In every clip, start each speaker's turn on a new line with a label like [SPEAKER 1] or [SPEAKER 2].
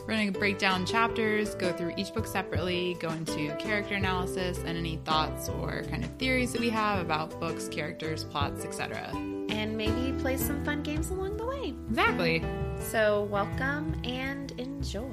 [SPEAKER 1] We're going to break down chapters, go through each book separately, go into character analysis and any thoughts or kind of theories that we have about books, characters, plots, etc.
[SPEAKER 2] And maybe play some fun games along the way.
[SPEAKER 1] Exactly.
[SPEAKER 2] So welcome and enjoy.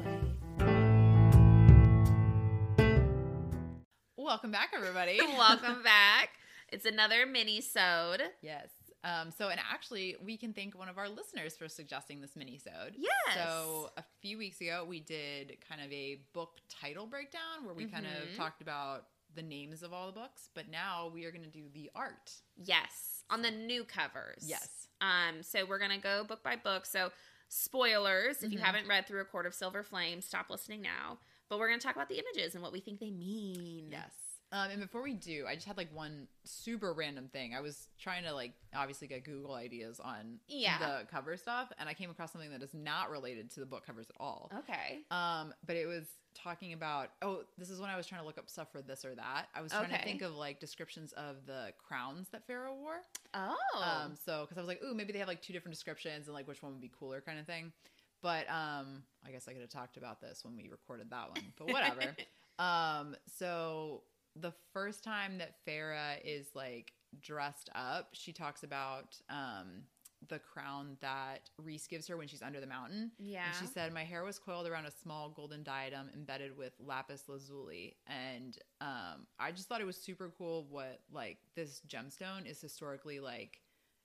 [SPEAKER 1] Welcome back, everybody.
[SPEAKER 2] welcome back. It's another mini-sode.
[SPEAKER 1] yes. Um, so, and actually, we can thank one of our listeners for suggesting this mini-sode.
[SPEAKER 2] Yes.
[SPEAKER 1] So, a few weeks ago, we did kind of a book title breakdown where we kind
[SPEAKER 2] Mhm.
[SPEAKER 1] of talked about the names of all the books, but now we are going to do the art.
[SPEAKER 2] Yes, on the new covers.
[SPEAKER 1] Yes.
[SPEAKER 2] Um, so we're gonna go book by book. So spoilers, if you
[SPEAKER 1] Mhm.
[SPEAKER 2] haven't read through A Court of Silver Flame, stop listening now. But we're gonna talk about the images and what we think they mean.
[SPEAKER 1] Yes. Um, and before we do, I just had like one super random thing. I was trying to like obviously get Google ideas on
[SPEAKER 2] Yeah.
[SPEAKER 1] the cover stuff, and I came across something that is not related to the book covers at all.
[SPEAKER 2] Okay.
[SPEAKER 1] Um, but it was talking about oh, this is when I was trying to look up stuff for this or that. I was trying
[SPEAKER 2] Okay.
[SPEAKER 1] to think of like descriptions of the crowns that Pharaoh wore.
[SPEAKER 2] Oh.
[SPEAKER 1] Um, so because I was like, ooh, maybe they have like two different descriptions and like which one would be cooler kind of thing. But um, I guess I could have talked about this when we recorded that one, but whatever. um, so the first time that Farah is like dressed up, she talks about um the crown that Reese gives her when she's under the mountain.
[SPEAKER 2] yeah.
[SPEAKER 1] And she said, My hair was coiled around a small golden diadem embedded with lapis lazuli. And um, I just thought it was super cool what like this gemstone is historically like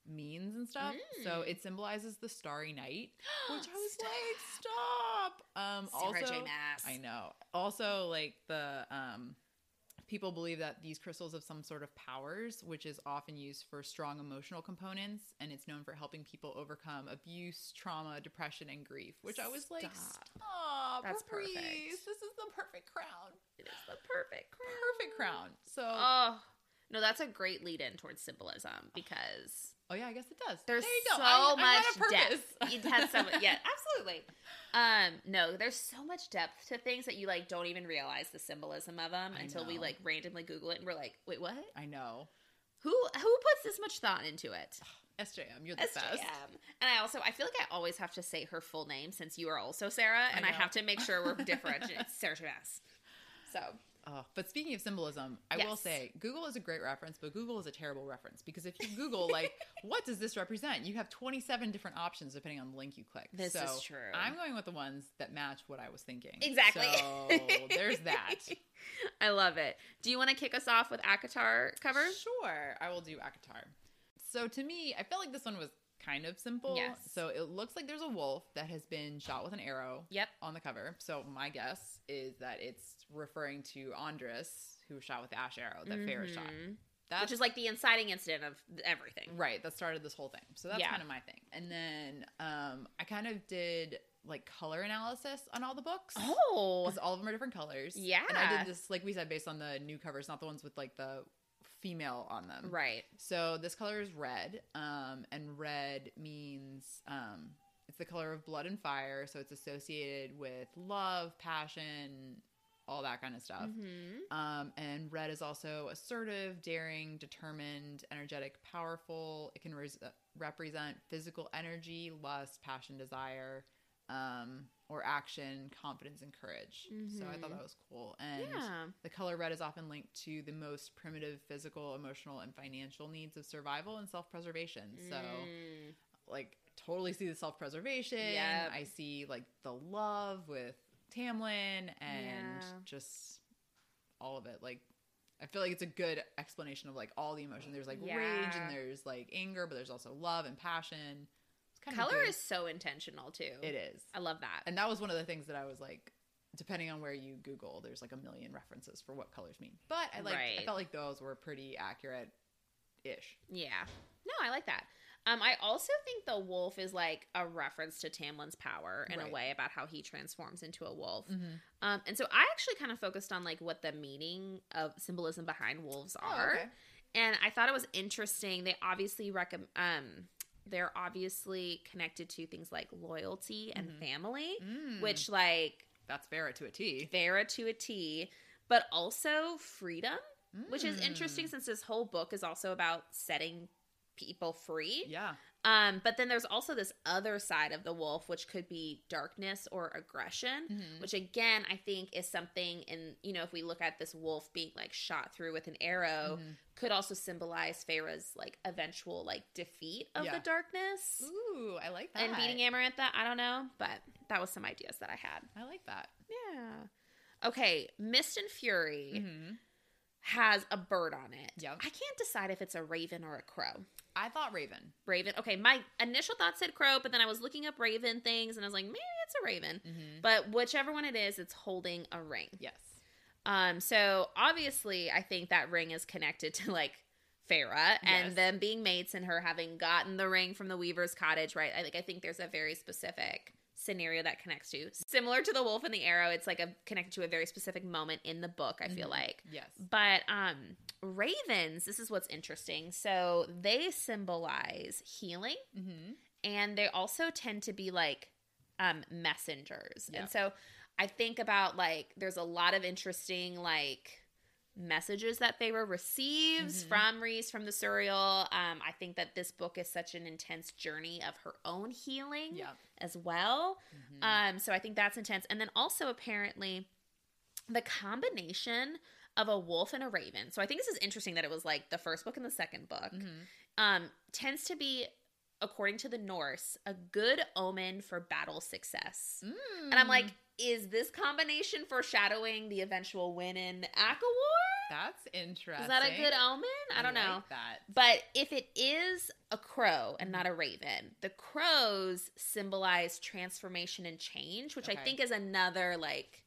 [SPEAKER 1] means and stuff. So
[SPEAKER 2] Mm.
[SPEAKER 1] it symbolizes the starry night, which I was like, stop. Um
[SPEAKER 2] Sarah
[SPEAKER 1] also
[SPEAKER 2] J. Mass.
[SPEAKER 1] I know. Also like the um people believe that these crystals have some sort of powers, which is often used for strong emotional components, and it's known for helping people overcome abuse, trauma, depression, and grief. Which I was like,
[SPEAKER 2] Stop.
[SPEAKER 1] stop.
[SPEAKER 2] That's
[SPEAKER 1] Reese,
[SPEAKER 2] perfect.
[SPEAKER 1] This is the perfect crown.
[SPEAKER 2] It is the perfect crown.
[SPEAKER 1] Perfect crown. So,
[SPEAKER 2] Oh. No, that's a great lead in towards symbolism because
[SPEAKER 1] oh yeah, I guess it does.
[SPEAKER 2] There's
[SPEAKER 1] there you go.
[SPEAKER 2] so
[SPEAKER 1] I- I'm on a
[SPEAKER 2] much
[SPEAKER 1] purpose.
[SPEAKER 2] depth. It has so much, yeah, absolutely. Um, no, there's so much depth to things that you like don't even realize the symbolism of them
[SPEAKER 1] I
[SPEAKER 2] until we
[SPEAKER 1] know.
[SPEAKER 2] like randomly Google it and we're like, wait, what?
[SPEAKER 1] I know.
[SPEAKER 2] Who who puts this much thought into it?
[SPEAKER 1] SJM, you're Oh, the
[SPEAKER 2] SJM.
[SPEAKER 1] best.
[SPEAKER 2] And I also I feel like I always have to say her full name since you are also Sarah,
[SPEAKER 1] I
[SPEAKER 2] and I,
[SPEAKER 1] know.
[SPEAKER 2] have to make sure we're differentiating Sarah Chavez. So
[SPEAKER 1] Oh, but speaking of symbolism, I will
[SPEAKER 2] Yes.
[SPEAKER 1] say Google is a great reference, but Google is a terrible reference because if you Google like what does this represent, you have 27 different options depending on the link you click.
[SPEAKER 2] This
[SPEAKER 1] so
[SPEAKER 2] is true.
[SPEAKER 1] I'm going with the ones that match what I was thinking.
[SPEAKER 2] Exactly.
[SPEAKER 1] So there's that.
[SPEAKER 2] I love it. Do you want to kick us off with Akatar cover?
[SPEAKER 1] Sure, I will do Akatar. So to me, I felt like this one was kind of simple.
[SPEAKER 2] Yes.
[SPEAKER 1] So it looks like there's a wolf that has been shot with an arrow
[SPEAKER 2] Yep.
[SPEAKER 1] on the cover. So my guess is that it's referring to Andres, who was shot with the ash arrow that Fair shot.
[SPEAKER 2] Mhm.
[SPEAKER 1] That's
[SPEAKER 2] which is like the inciting incident of everything.
[SPEAKER 1] Right, that started this whole thing. So that's
[SPEAKER 2] Yeah.
[SPEAKER 1] kind of my thing. And then um, I kind of did like color analysis on all the books.
[SPEAKER 2] Oh,
[SPEAKER 1] Because all of them are different colors. And I
[SPEAKER 2] Yeah.
[SPEAKER 1] did this, like we said, based on the new covers, not the ones with like the female on them.
[SPEAKER 2] right.
[SPEAKER 1] So this color is red. Um, and red means um, it's the color of blood and fire. So it's associated with love, passion, all that kind of stuff.
[SPEAKER 2] Mhm.
[SPEAKER 1] Um, and red is also assertive, daring, determined, energetic, powerful. It can res- uh, represent physical energy, lust, passion, desire, um, or action, confidence, and courage. So I thought
[SPEAKER 2] Mhm.
[SPEAKER 1] that was cool. And
[SPEAKER 2] Yeah.
[SPEAKER 1] the color red is often linked to the most primitive physical, emotional, and financial needs of survival and self preservation. So
[SPEAKER 2] Mm.
[SPEAKER 1] like totally see the self preservation.
[SPEAKER 2] Yep.
[SPEAKER 1] I see like the love with Tamlin and
[SPEAKER 2] Yeah.
[SPEAKER 1] just all of it. Like I feel like it's a good explanation of like all the emotion. There's like rage
[SPEAKER 2] Yeah.
[SPEAKER 1] and there's like anger, but there's also love and passion. It's kind
[SPEAKER 2] Color
[SPEAKER 1] good-
[SPEAKER 2] is so intentional too.
[SPEAKER 1] it is,
[SPEAKER 2] I love that.
[SPEAKER 1] and that was one of the things that I was like, depending on where you Google, there's like a million references for what colors mean. But I like I
[SPEAKER 2] Right.
[SPEAKER 1] felt like those were pretty accurate, ish.
[SPEAKER 2] Yeah. No, I like that. Um, I also think the wolf is like a reference to Tamlin's power in
[SPEAKER 1] Right.
[SPEAKER 2] a way about how he transforms into a wolf.
[SPEAKER 1] Mm-hmm.
[SPEAKER 2] Um, and so I actually kind of focused on like what the meaning of symbolism behind wolves
[SPEAKER 1] Oh,
[SPEAKER 2] are, and I thought it was interesting. They obviously recommend. Um, they're obviously connected to things like loyalty and
[SPEAKER 1] Mhm.
[SPEAKER 2] family,
[SPEAKER 1] Mm,
[SPEAKER 2] which like
[SPEAKER 1] that's Vera to a T.
[SPEAKER 2] Vera to a T, but also freedom, which is
[SPEAKER 1] Mm.
[SPEAKER 2] interesting since this whole book is also about setting people free.
[SPEAKER 1] Yeah,
[SPEAKER 2] Um, but then there's also this other side of the wolf, which could be darkness or aggression,
[SPEAKER 1] Mhm.
[SPEAKER 2] which again I think is something. And you know, if we look at this wolf being like shot through with an arrow,
[SPEAKER 1] Mhm.
[SPEAKER 2] could also symbolize Feyre's like eventual like defeat of
[SPEAKER 1] Yeah.
[SPEAKER 2] the darkness
[SPEAKER 1] Ooh, I like that.
[SPEAKER 2] and beating Amarantha. I don't know, but that was some ideas that I had.
[SPEAKER 1] I like that.
[SPEAKER 2] Yeah. Okay, Mist and Fury
[SPEAKER 1] hmm
[SPEAKER 2] has a bird on it.
[SPEAKER 1] Yep.
[SPEAKER 2] I can't decide if it's a raven or a crow.
[SPEAKER 1] I thought Raven.
[SPEAKER 2] Raven. Okay, my initial thought said crow, but then I was looking up raven things and I was like, maybe it's a raven.
[SPEAKER 1] Mm-hmm.
[SPEAKER 2] But whichever one it is, it's holding a ring.
[SPEAKER 1] Yes.
[SPEAKER 2] Um, so obviously, I think that ring is connected to like Farah and
[SPEAKER 1] Yes.
[SPEAKER 2] them being mates and her having gotten the ring from the Weaver's cottage, right? I like I think there's a very specific scenario that connects to similar to the wolf and the arrow. It's like a connected to a very specific moment in the book. I feel
[SPEAKER 1] Mhm.
[SPEAKER 2] like.
[SPEAKER 1] Yes.
[SPEAKER 2] But um ravens, this is what's interesting. So they symbolize healing
[SPEAKER 1] Mm-hmm.
[SPEAKER 2] and they also tend to be like um messengers.
[SPEAKER 1] Yeah.
[SPEAKER 2] And so I think about like there's a lot of interesting like messages that Feyre receives
[SPEAKER 1] Mhm.
[SPEAKER 2] from Reese from the Surreal. Um I think that this book is such an intense journey of her own healing
[SPEAKER 1] Yeah.
[SPEAKER 2] as well.
[SPEAKER 1] Mhm.
[SPEAKER 2] Um, so I think that's intense. And then also apparently the combination of a wolf and a raven. So I think this is interesting that it was like the first book and the second book.
[SPEAKER 1] Mhm.
[SPEAKER 2] Um, tends to be, according to the Norse, a good omen for battle success. And I'm like,
[SPEAKER 1] Mm,
[SPEAKER 2] is this combination foreshadowing the eventual win in Akawar?
[SPEAKER 1] Mm. that's interesting.
[SPEAKER 2] Is that a good omen? I don't know.
[SPEAKER 1] like that.
[SPEAKER 2] But if it is a crow and not a raven, the crows symbolize transformation and change, which
[SPEAKER 1] Okay.
[SPEAKER 2] I think is another like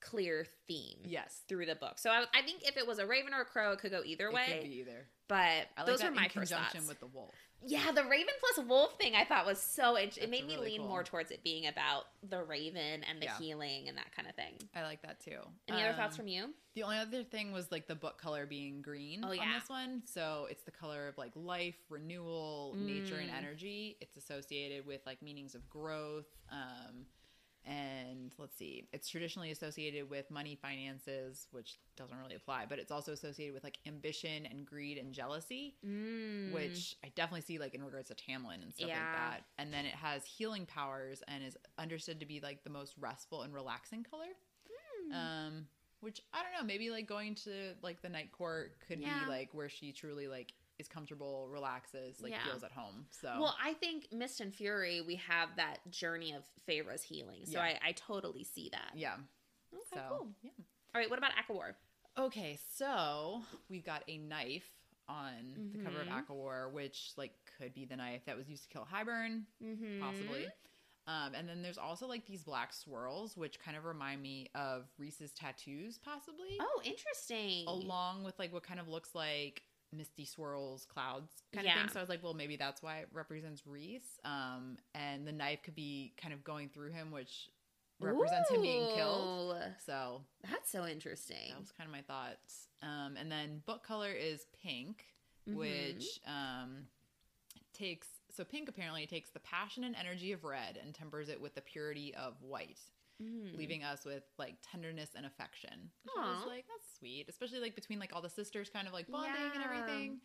[SPEAKER 2] clear theme
[SPEAKER 1] Yes.
[SPEAKER 2] through the book. So I, I think if it was a raven or a crow, it could go either
[SPEAKER 1] It
[SPEAKER 2] way.
[SPEAKER 1] could be either.
[SPEAKER 2] But
[SPEAKER 1] I like
[SPEAKER 2] those
[SPEAKER 1] that
[SPEAKER 2] were my
[SPEAKER 1] in
[SPEAKER 2] first
[SPEAKER 1] conjunction
[SPEAKER 2] thoughts.
[SPEAKER 1] with the wolf.
[SPEAKER 2] yeah, the raven plus wolf thing I thought was so. Int-
[SPEAKER 1] That's
[SPEAKER 2] it made me
[SPEAKER 1] really
[SPEAKER 2] lean
[SPEAKER 1] cool.
[SPEAKER 2] more towards it being about the raven and the
[SPEAKER 1] Yeah.
[SPEAKER 2] healing and that kind of thing.
[SPEAKER 1] I like that too.
[SPEAKER 2] Any other thoughts
[SPEAKER 1] Um,
[SPEAKER 2] from you?
[SPEAKER 1] The only other thing was like the book color being green
[SPEAKER 2] Oh,
[SPEAKER 1] on
[SPEAKER 2] yeah.
[SPEAKER 1] this one. So it's the color of like life, renewal, nature, and
[SPEAKER 2] Mm.
[SPEAKER 1] energy. It's associated with like meanings of growth. Um, and let's see, it's traditionally associated with money, finances, which doesn't really apply, but it's also associated with like ambition and greed and jealousy,
[SPEAKER 2] Mm.
[SPEAKER 1] which I definitely see like in regards to Tamlin and stuff like
[SPEAKER 2] Yeah.
[SPEAKER 1] that. And then it has healing powers and is understood to be like the most restful and relaxing color.
[SPEAKER 2] Hmm.
[SPEAKER 1] Um, which I don't know, maybe like going to like the night court could
[SPEAKER 2] Yeah.
[SPEAKER 1] be like where she truly like is comfortable, relaxes, like
[SPEAKER 2] Yeah.
[SPEAKER 1] feels at home. So
[SPEAKER 2] Well, I think Mist and Fury, we have that journey of Feyre's healing. So
[SPEAKER 1] Yeah.
[SPEAKER 2] I, I totally see that.
[SPEAKER 1] yeah.
[SPEAKER 2] Okay,
[SPEAKER 1] so
[SPEAKER 2] cool.
[SPEAKER 1] yeah.
[SPEAKER 2] All right, what about Akawar?
[SPEAKER 1] Okay, so we've got a knife on the cover of
[SPEAKER 2] Mhm.
[SPEAKER 1] Aquawar, which like could be the knife that was used to kill Highburn,
[SPEAKER 2] Mm-hmm.
[SPEAKER 1] possibly. Um, and then there's also like these black swirls, which kind of remind me of Reese's tattoos, possibly.
[SPEAKER 2] Oh, interesting.
[SPEAKER 1] along with like what kind of looks like misty swirls clouds kind of
[SPEAKER 2] Yeah.
[SPEAKER 1] thing so i was like well maybe that's why it represents reese um and the knife could be kind of going through him which represents him being killed
[SPEAKER 2] Ooh,
[SPEAKER 1] so
[SPEAKER 2] That's so interesting.
[SPEAKER 1] that was kind of my thoughts um and then book color is pink
[SPEAKER 2] Mhm.
[SPEAKER 1] which um takes so pink apparently takes the passion and energy of red and tempers it with the purity of white
[SPEAKER 2] Mm.
[SPEAKER 1] leaving us with like tenderness and affection. Which I was
[SPEAKER 2] Aw.
[SPEAKER 1] like, that's sweet, especially like between like all the sisters kind of like bonding and
[SPEAKER 2] Yeah.
[SPEAKER 1] everything.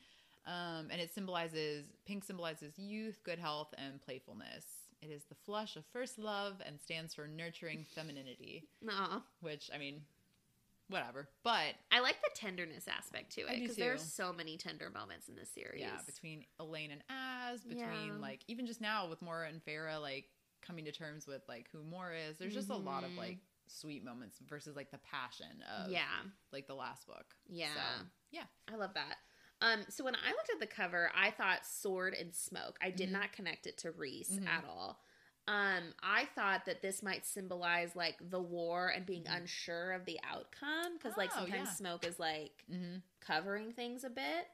[SPEAKER 1] Um, and it symbolizes pink symbolizes youth, good health, and playfulness. It is the flush of first love and stands for nurturing femininity,
[SPEAKER 2] Aw.
[SPEAKER 1] which I mean, whatever. But
[SPEAKER 2] I like the tenderness aspect to
[SPEAKER 1] I
[SPEAKER 2] it
[SPEAKER 1] do
[SPEAKER 2] because there are
[SPEAKER 1] too.
[SPEAKER 2] so many tender moments in this series.
[SPEAKER 1] yeah, between Elaine and Az, between
[SPEAKER 2] Yeah.
[SPEAKER 1] like even just now with Mora and Farah like coming to terms with like who Mora is, there's just a lot of
[SPEAKER 2] Mhm.
[SPEAKER 1] like sweet moments versus like the passion of
[SPEAKER 2] yeah.
[SPEAKER 1] like the last book.
[SPEAKER 2] Yeah.
[SPEAKER 1] So, yeah.
[SPEAKER 2] I love that. Um, so when I looked at the cover, I thought sword and smoke. I did
[SPEAKER 1] Mhm.
[SPEAKER 2] not connect it to Reese
[SPEAKER 1] Mhm.
[SPEAKER 2] at all. Um, I thought that this might symbolize like the war and being
[SPEAKER 1] Mhm.
[SPEAKER 2] unsure of the outcome because like
[SPEAKER 1] Oh,
[SPEAKER 2] sometimes
[SPEAKER 1] yeah.
[SPEAKER 2] smoke is like
[SPEAKER 1] Mm-hmm.
[SPEAKER 2] covering things a bit.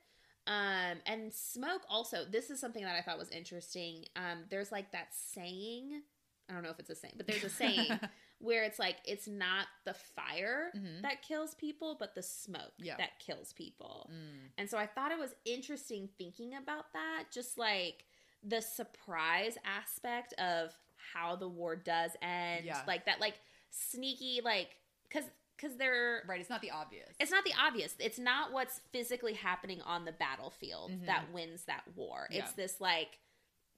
[SPEAKER 2] Um, and smoke also, this is something that I thought was interesting. Um, there's like that saying, I don't know if it's a saying, but there's a saying where it's like, it's not the fire
[SPEAKER 1] Mhm.
[SPEAKER 2] that kills people, but the smoke
[SPEAKER 1] Yeah. Mm-hmm.
[SPEAKER 2] that kills people.
[SPEAKER 1] Mm.
[SPEAKER 2] And so I thought it was interesting thinking about that, just like the surprise aspect of how the war does end,
[SPEAKER 1] Yeah.
[SPEAKER 2] like that, like sneaky, like because because they're
[SPEAKER 1] Right. It's not the obvious.
[SPEAKER 2] it's not the obvious. It's not what's physically happening on the battlefield
[SPEAKER 1] Mhm.
[SPEAKER 2] that wins that war.
[SPEAKER 1] Yeah.
[SPEAKER 2] It's this like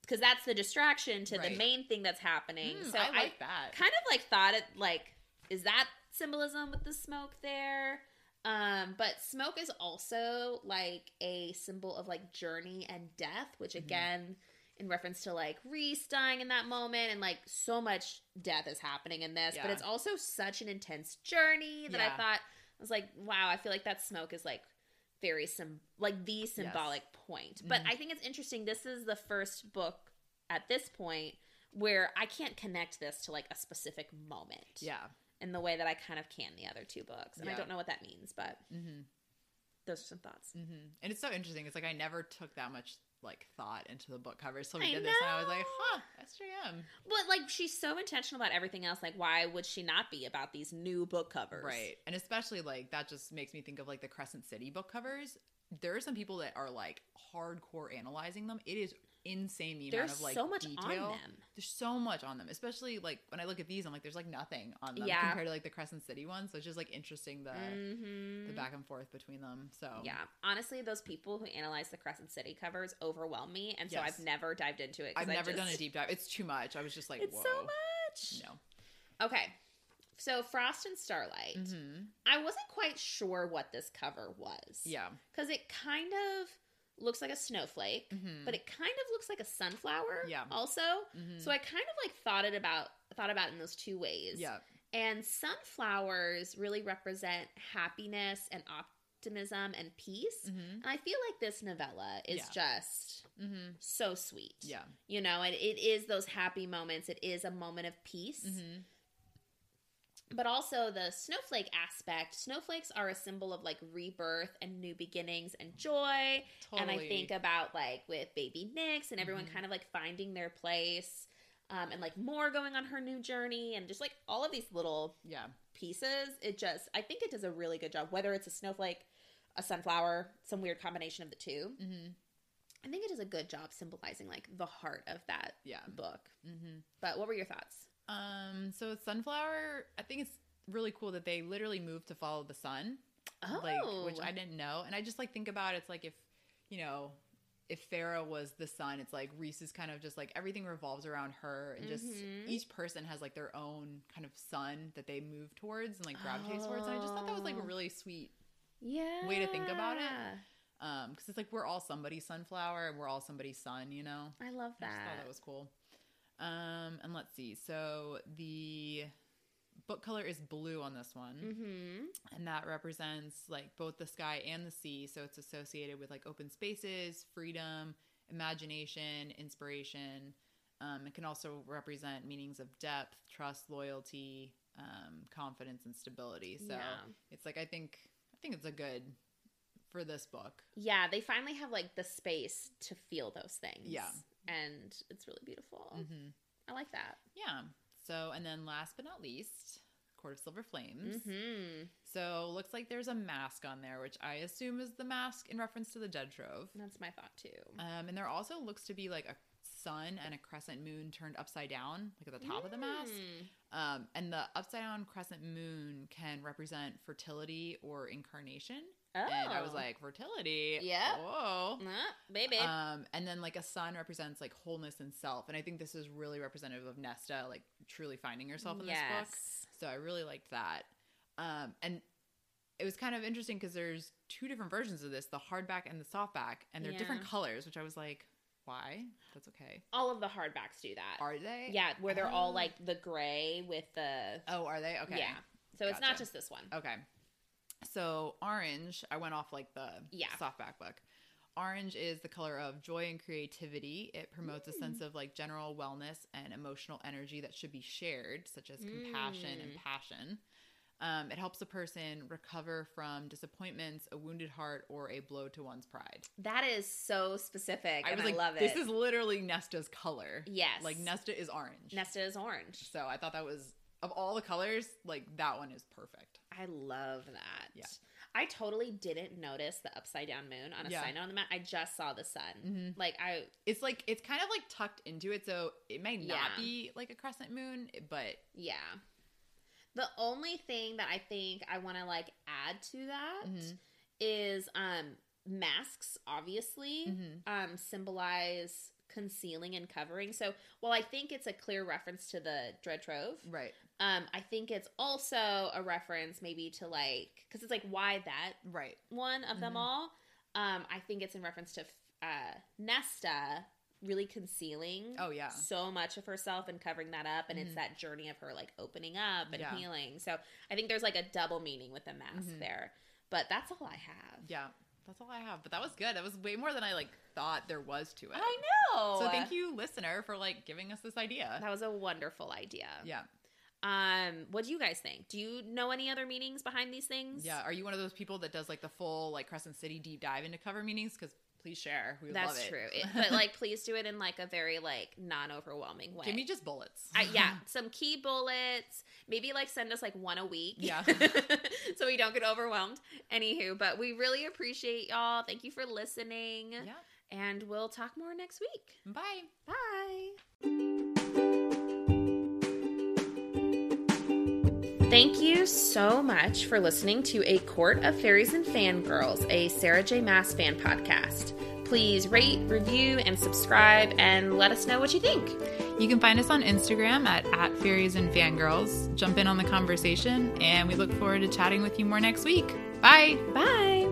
[SPEAKER 2] because that's the distraction to the
[SPEAKER 1] Right.
[SPEAKER 2] main thing that's happening.
[SPEAKER 1] Mm,
[SPEAKER 2] so
[SPEAKER 1] I
[SPEAKER 2] I,
[SPEAKER 1] like that.
[SPEAKER 2] kind of like thought it like is that symbolism with the smoke there? Um, but smoke is also like a symbol of like journey and death, which
[SPEAKER 1] Mhm.
[SPEAKER 2] again, in reference to like Reese dying in that moment, and like so much death is happening in this, but
[SPEAKER 1] Yeah.
[SPEAKER 2] it's also such an intense journey that I
[SPEAKER 1] Yeah.
[SPEAKER 2] thought I was like, wow, I feel like that smoke is like very sim like the symbolic point. But
[SPEAKER 1] Mhm.
[SPEAKER 2] I think it's interesting. This is the first book at this point where I can't connect this to like a specific moment.
[SPEAKER 1] yeah.
[SPEAKER 2] In the way that I kind of can the other two books. And I
[SPEAKER 1] Yeah.
[SPEAKER 2] don't know what that means, but
[SPEAKER 1] Mm-hmm.
[SPEAKER 2] those are some thoughts.
[SPEAKER 1] Mm-hmm. And it's so interesting. It's like I never took that much like thought into the book cover. So we
[SPEAKER 2] I
[SPEAKER 1] did this, and I was like,
[SPEAKER 2] know.
[SPEAKER 1] "Huh, SJM."
[SPEAKER 2] But like she's so intentional about everything else. Like why would she not be about these new book covers?
[SPEAKER 1] Right. And especially like that just makes me think of like the Crescent City book covers. There are some people that are like hardcore analyzing them. It is insane the
[SPEAKER 2] There's
[SPEAKER 1] amount of like
[SPEAKER 2] so much on
[SPEAKER 1] detail.
[SPEAKER 2] them.
[SPEAKER 1] There's so much on them, especially like when I look at these, I'm like, there's like nothing on them
[SPEAKER 2] Yeah.
[SPEAKER 1] compared to like the Crescent City ones. So it's just like interesting the
[SPEAKER 2] Mhm.
[SPEAKER 1] the back and forth between them. So
[SPEAKER 2] Yeah, honestly, those people who analyze the Crescent City covers overwhelm me, and so
[SPEAKER 1] Yes.
[SPEAKER 2] I've never dived into it. 'cause
[SPEAKER 1] I've
[SPEAKER 2] I
[SPEAKER 1] never done a
[SPEAKER 2] just-
[SPEAKER 1] deep dive. It's too much. I was just like,
[SPEAKER 2] It's
[SPEAKER 1] whoa,
[SPEAKER 2] so much.
[SPEAKER 1] no.
[SPEAKER 2] Okay, so Frost and Starlight.
[SPEAKER 1] Mm-hmm.
[SPEAKER 2] I wasn't quite sure what this cover was.
[SPEAKER 1] Yeah.
[SPEAKER 2] because it kind of looks like a snowflake,
[SPEAKER 1] Mm-hmm.
[SPEAKER 2] but it kind of looks like a sunflower.
[SPEAKER 1] Yeah.
[SPEAKER 2] Also,
[SPEAKER 1] mm-hmm.
[SPEAKER 2] so I kind of like thought it about thought about it in those two ways.
[SPEAKER 1] yeah,
[SPEAKER 2] And sunflowers really represent happiness and optimism and peace.
[SPEAKER 1] mm-hmm.
[SPEAKER 2] And I feel like this novella is just
[SPEAKER 1] Mm-hmm.
[SPEAKER 2] so sweet.
[SPEAKER 1] yeah,
[SPEAKER 2] You know, and it is those happy moments. It is a moment of peace.
[SPEAKER 1] mm-hmm.
[SPEAKER 2] But also the snowflake aspect. Snowflakes are a symbol of like rebirth and new beginnings and joy.
[SPEAKER 1] Mm-hmm.
[SPEAKER 2] And
[SPEAKER 1] totally.
[SPEAKER 2] I think about like with baby Nix and everyone
[SPEAKER 1] Mhm.
[SPEAKER 2] kind of like finding their place. Um, and like more going on her new journey and just like all of these little
[SPEAKER 1] yeah,
[SPEAKER 2] pieces. It just I think it does a really good job, whether it's a snowflake, a sunflower, some weird combination of the two.
[SPEAKER 1] mm-hmm.
[SPEAKER 2] I think it does a good job symbolizing like the heart of that
[SPEAKER 1] yeah.
[SPEAKER 2] book.
[SPEAKER 1] Mm-hmm.
[SPEAKER 2] But what were your thoughts?
[SPEAKER 1] Um, so with sunflower, I think it's really cool that they literally moved to follow the sun,
[SPEAKER 2] Oh,
[SPEAKER 1] like which I didn't know. And I just like think about it, it's like if you know if Farah was the sun, it's like Reese is kind of just like everything revolves around her, and just
[SPEAKER 2] Mhm.
[SPEAKER 1] each person has like their own kind of sun that they move towards and like gravitate towards. And I just thought that was like a
[SPEAKER 2] Oh.
[SPEAKER 1] really sweet
[SPEAKER 2] yeah
[SPEAKER 1] way to think about it. um because it's like we're all somebody's sunflower and we're all somebody's sun, you know.
[SPEAKER 2] I love
[SPEAKER 1] I just
[SPEAKER 2] that.
[SPEAKER 1] thought that was cool. Um, and let's see. So the book color is blue on this one,
[SPEAKER 2] hmm
[SPEAKER 1] and that represents like both the sky and the sea. So it's associated with like open spaces, freedom, imagination, inspiration. Um, it can also represent meanings of depth, trust, loyalty, um, confidence, and stability. So
[SPEAKER 2] yeah.
[SPEAKER 1] it's like I think I think it's a good for this book.
[SPEAKER 2] yeah, they finally have like the space to feel those things.
[SPEAKER 1] Yeah.
[SPEAKER 2] and it's really beautiful.
[SPEAKER 1] hmm
[SPEAKER 2] I like that.
[SPEAKER 1] Yeah. So and then last but not least, Court of Silver Flames.
[SPEAKER 2] hmm
[SPEAKER 1] So looks like there's a mask on there, which I assume is the mask in reference to the Dead Trove.
[SPEAKER 2] That's my thought too.
[SPEAKER 1] Um, and there also looks to be like a sun and a crescent moon turned upside down, like at the top of the mask.
[SPEAKER 2] Mm.
[SPEAKER 1] Um, and the upside down crescent moon can represent fertility or incarnation.
[SPEAKER 2] Oh.
[SPEAKER 1] And I was like, fertility?
[SPEAKER 2] Yep.
[SPEAKER 1] Whoa.
[SPEAKER 2] Ah, baby.
[SPEAKER 1] Um, and then like a sun represents like wholeness and self. And I think this is really representative of Nesta, like truly finding herself in this book. So I really liked that. Um, and it was kind of interesting because there's two different versions of this the hardback and the softback, and they're different
[SPEAKER 2] Yeah.
[SPEAKER 1] colors, which I was like, why. That's okay.
[SPEAKER 2] All of the hardbacks do that.
[SPEAKER 1] Are they?
[SPEAKER 2] Uh, yeah, where they're
[SPEAKER 1] Oh.
[SPEAKER 2] all like the gray with the
[SPEAKER 1] Oh, are they? Okay.
[SPEAKER 2] yeah. So it's not
[SPEAKER 1] Gotcha. Oh.
[SPEAKER 2] just this one.
[SPEAKER 1] Okay. So orange, I went off like the
[SPEAKER 2] Yeah.
[SPEAKER 1] softback book. Orange is the color of joy and creativity. It promotes a sense
[SPEAKER 2] Mm.
[SPEAKER 1] of like general wellness and emotional energy that should be shared, such as compassion and
[SPEAKER 2] Mm.
[SPEAKER 1] passion. Um, it helps a person recover from disappointments, a wounded heart, or a blow to one's pride.
[SPEAKER 2] That is so specific, and
[SPEAKER 1] was like,
[SPEAKER 2] I love it.
[SPEAKER 1] this is literally Nesta's color.
[SPEAKER 2] yes,
[SPEAKER 1] Like Nesta is orange.
[SPEAKER 2] Nesta is orange.
[SPEAKER 1] So I thought that was of all the colors, like that one is perfect.
[SPEAKER 2] I love that.
[SPEAKER 1] Yeah.
[SPEAKER 2] I totally didn't notice the upside down moon on a
[SPEAKER 1] Yeah.
[SPEAKER 2] sign on the map. I just saw the sun.
[SPEAKER 1] Mhm.
[SPEAKER 2] Like I
[SPEAKER 1] It's like it's kind of like tucked into it, so it may not
[SPEAKER 2] Yeah.
[SPEAKER 1] be like a crescent moon, but
[SPEAKER 2] yeah. The only thing that I think I want to like add to that is
[SPEAKER 1] Mhm.
[SPEAKER 2] um masks obviously
[SPEAKER 1] Mhm.
[SPEAKER 2] um symbolize concealing and covering. So while I think it's a clear reference to the dread trove,
[SPEAKER 1] right,
[SPEAKER 2] um I think it's also a reference maybe to like cuz it's like why that
[SPEAKER 1] right,
[SPEAKER 2] one of them
[SPEAKER 1] Mhm.
[SPEAKER 2] all. Um, I think it's in reference to uh, Nesta really concealing
[SPEAKER 1] oh yeah,
[SPEAKER 2] so much of herself and covering that up, and it's
[SPEAKER 1] Mhm.
[SPEAKER 2] that journey of her like opening up and
[SPEAKER 1] Yeah.
[SPEAKER 2] healing. So I think there's like a double meaning with the mask
[SPEAKER 1] Mhm.
[SPEAKER 2] there. But that's all I have.
[SPEAKER 1] yeah. That's all I have, but that was good. That was way more than I like thought there was to it.
[SPEAKER 2] I know.
[SPEAKER 1] So thank you, listener, for like giving us this idea.
[SPEAKER 2] That was a wonderful idea.
[SPEAKER 1] yeah,
[SPEAKER 2] Um, what do you guys think? Do you know any other meanings behind these things?
[SPEAKER 1] yeah. Are you one of those people that does like the full like Crescent City deep dive into cover meanings? Because please share. We would
[SPEAKER 2] That's
[SPEAKER 1] love it.
[SPEAKER 2] true. It- but like please do it in like a very like non overwhelming way.
[SPEAKER 1] Give me just bullets.
[SPEAKER 2] I, yeah, some key bullets. Maybe like send us like one a week.
[SPEAKER 1] Yeah.
[SPEAKER 2] so we don't get overwhelmed. Anywho, but we really appreciate y'all. Thank you for listening.
[SPEAKER 1] yeah.
[SPEAKER 2] And we'll talk more next week.
[SPEAKER 1] Bye.
[SPEAKER 2] Bye. Thank you so much for listening to A Court of Fairies and Fangirls, a Sarah J. Mass fan podcast. Please rate, review, and subscribe, and let us know what you think.
[SPEAKER 1] You can find us on Instagram at, at Fairies and Fangirls. Jump in on the conversation, and we look forward to chatting with you more next week. Bye.
[SPEAKER 2] Bye.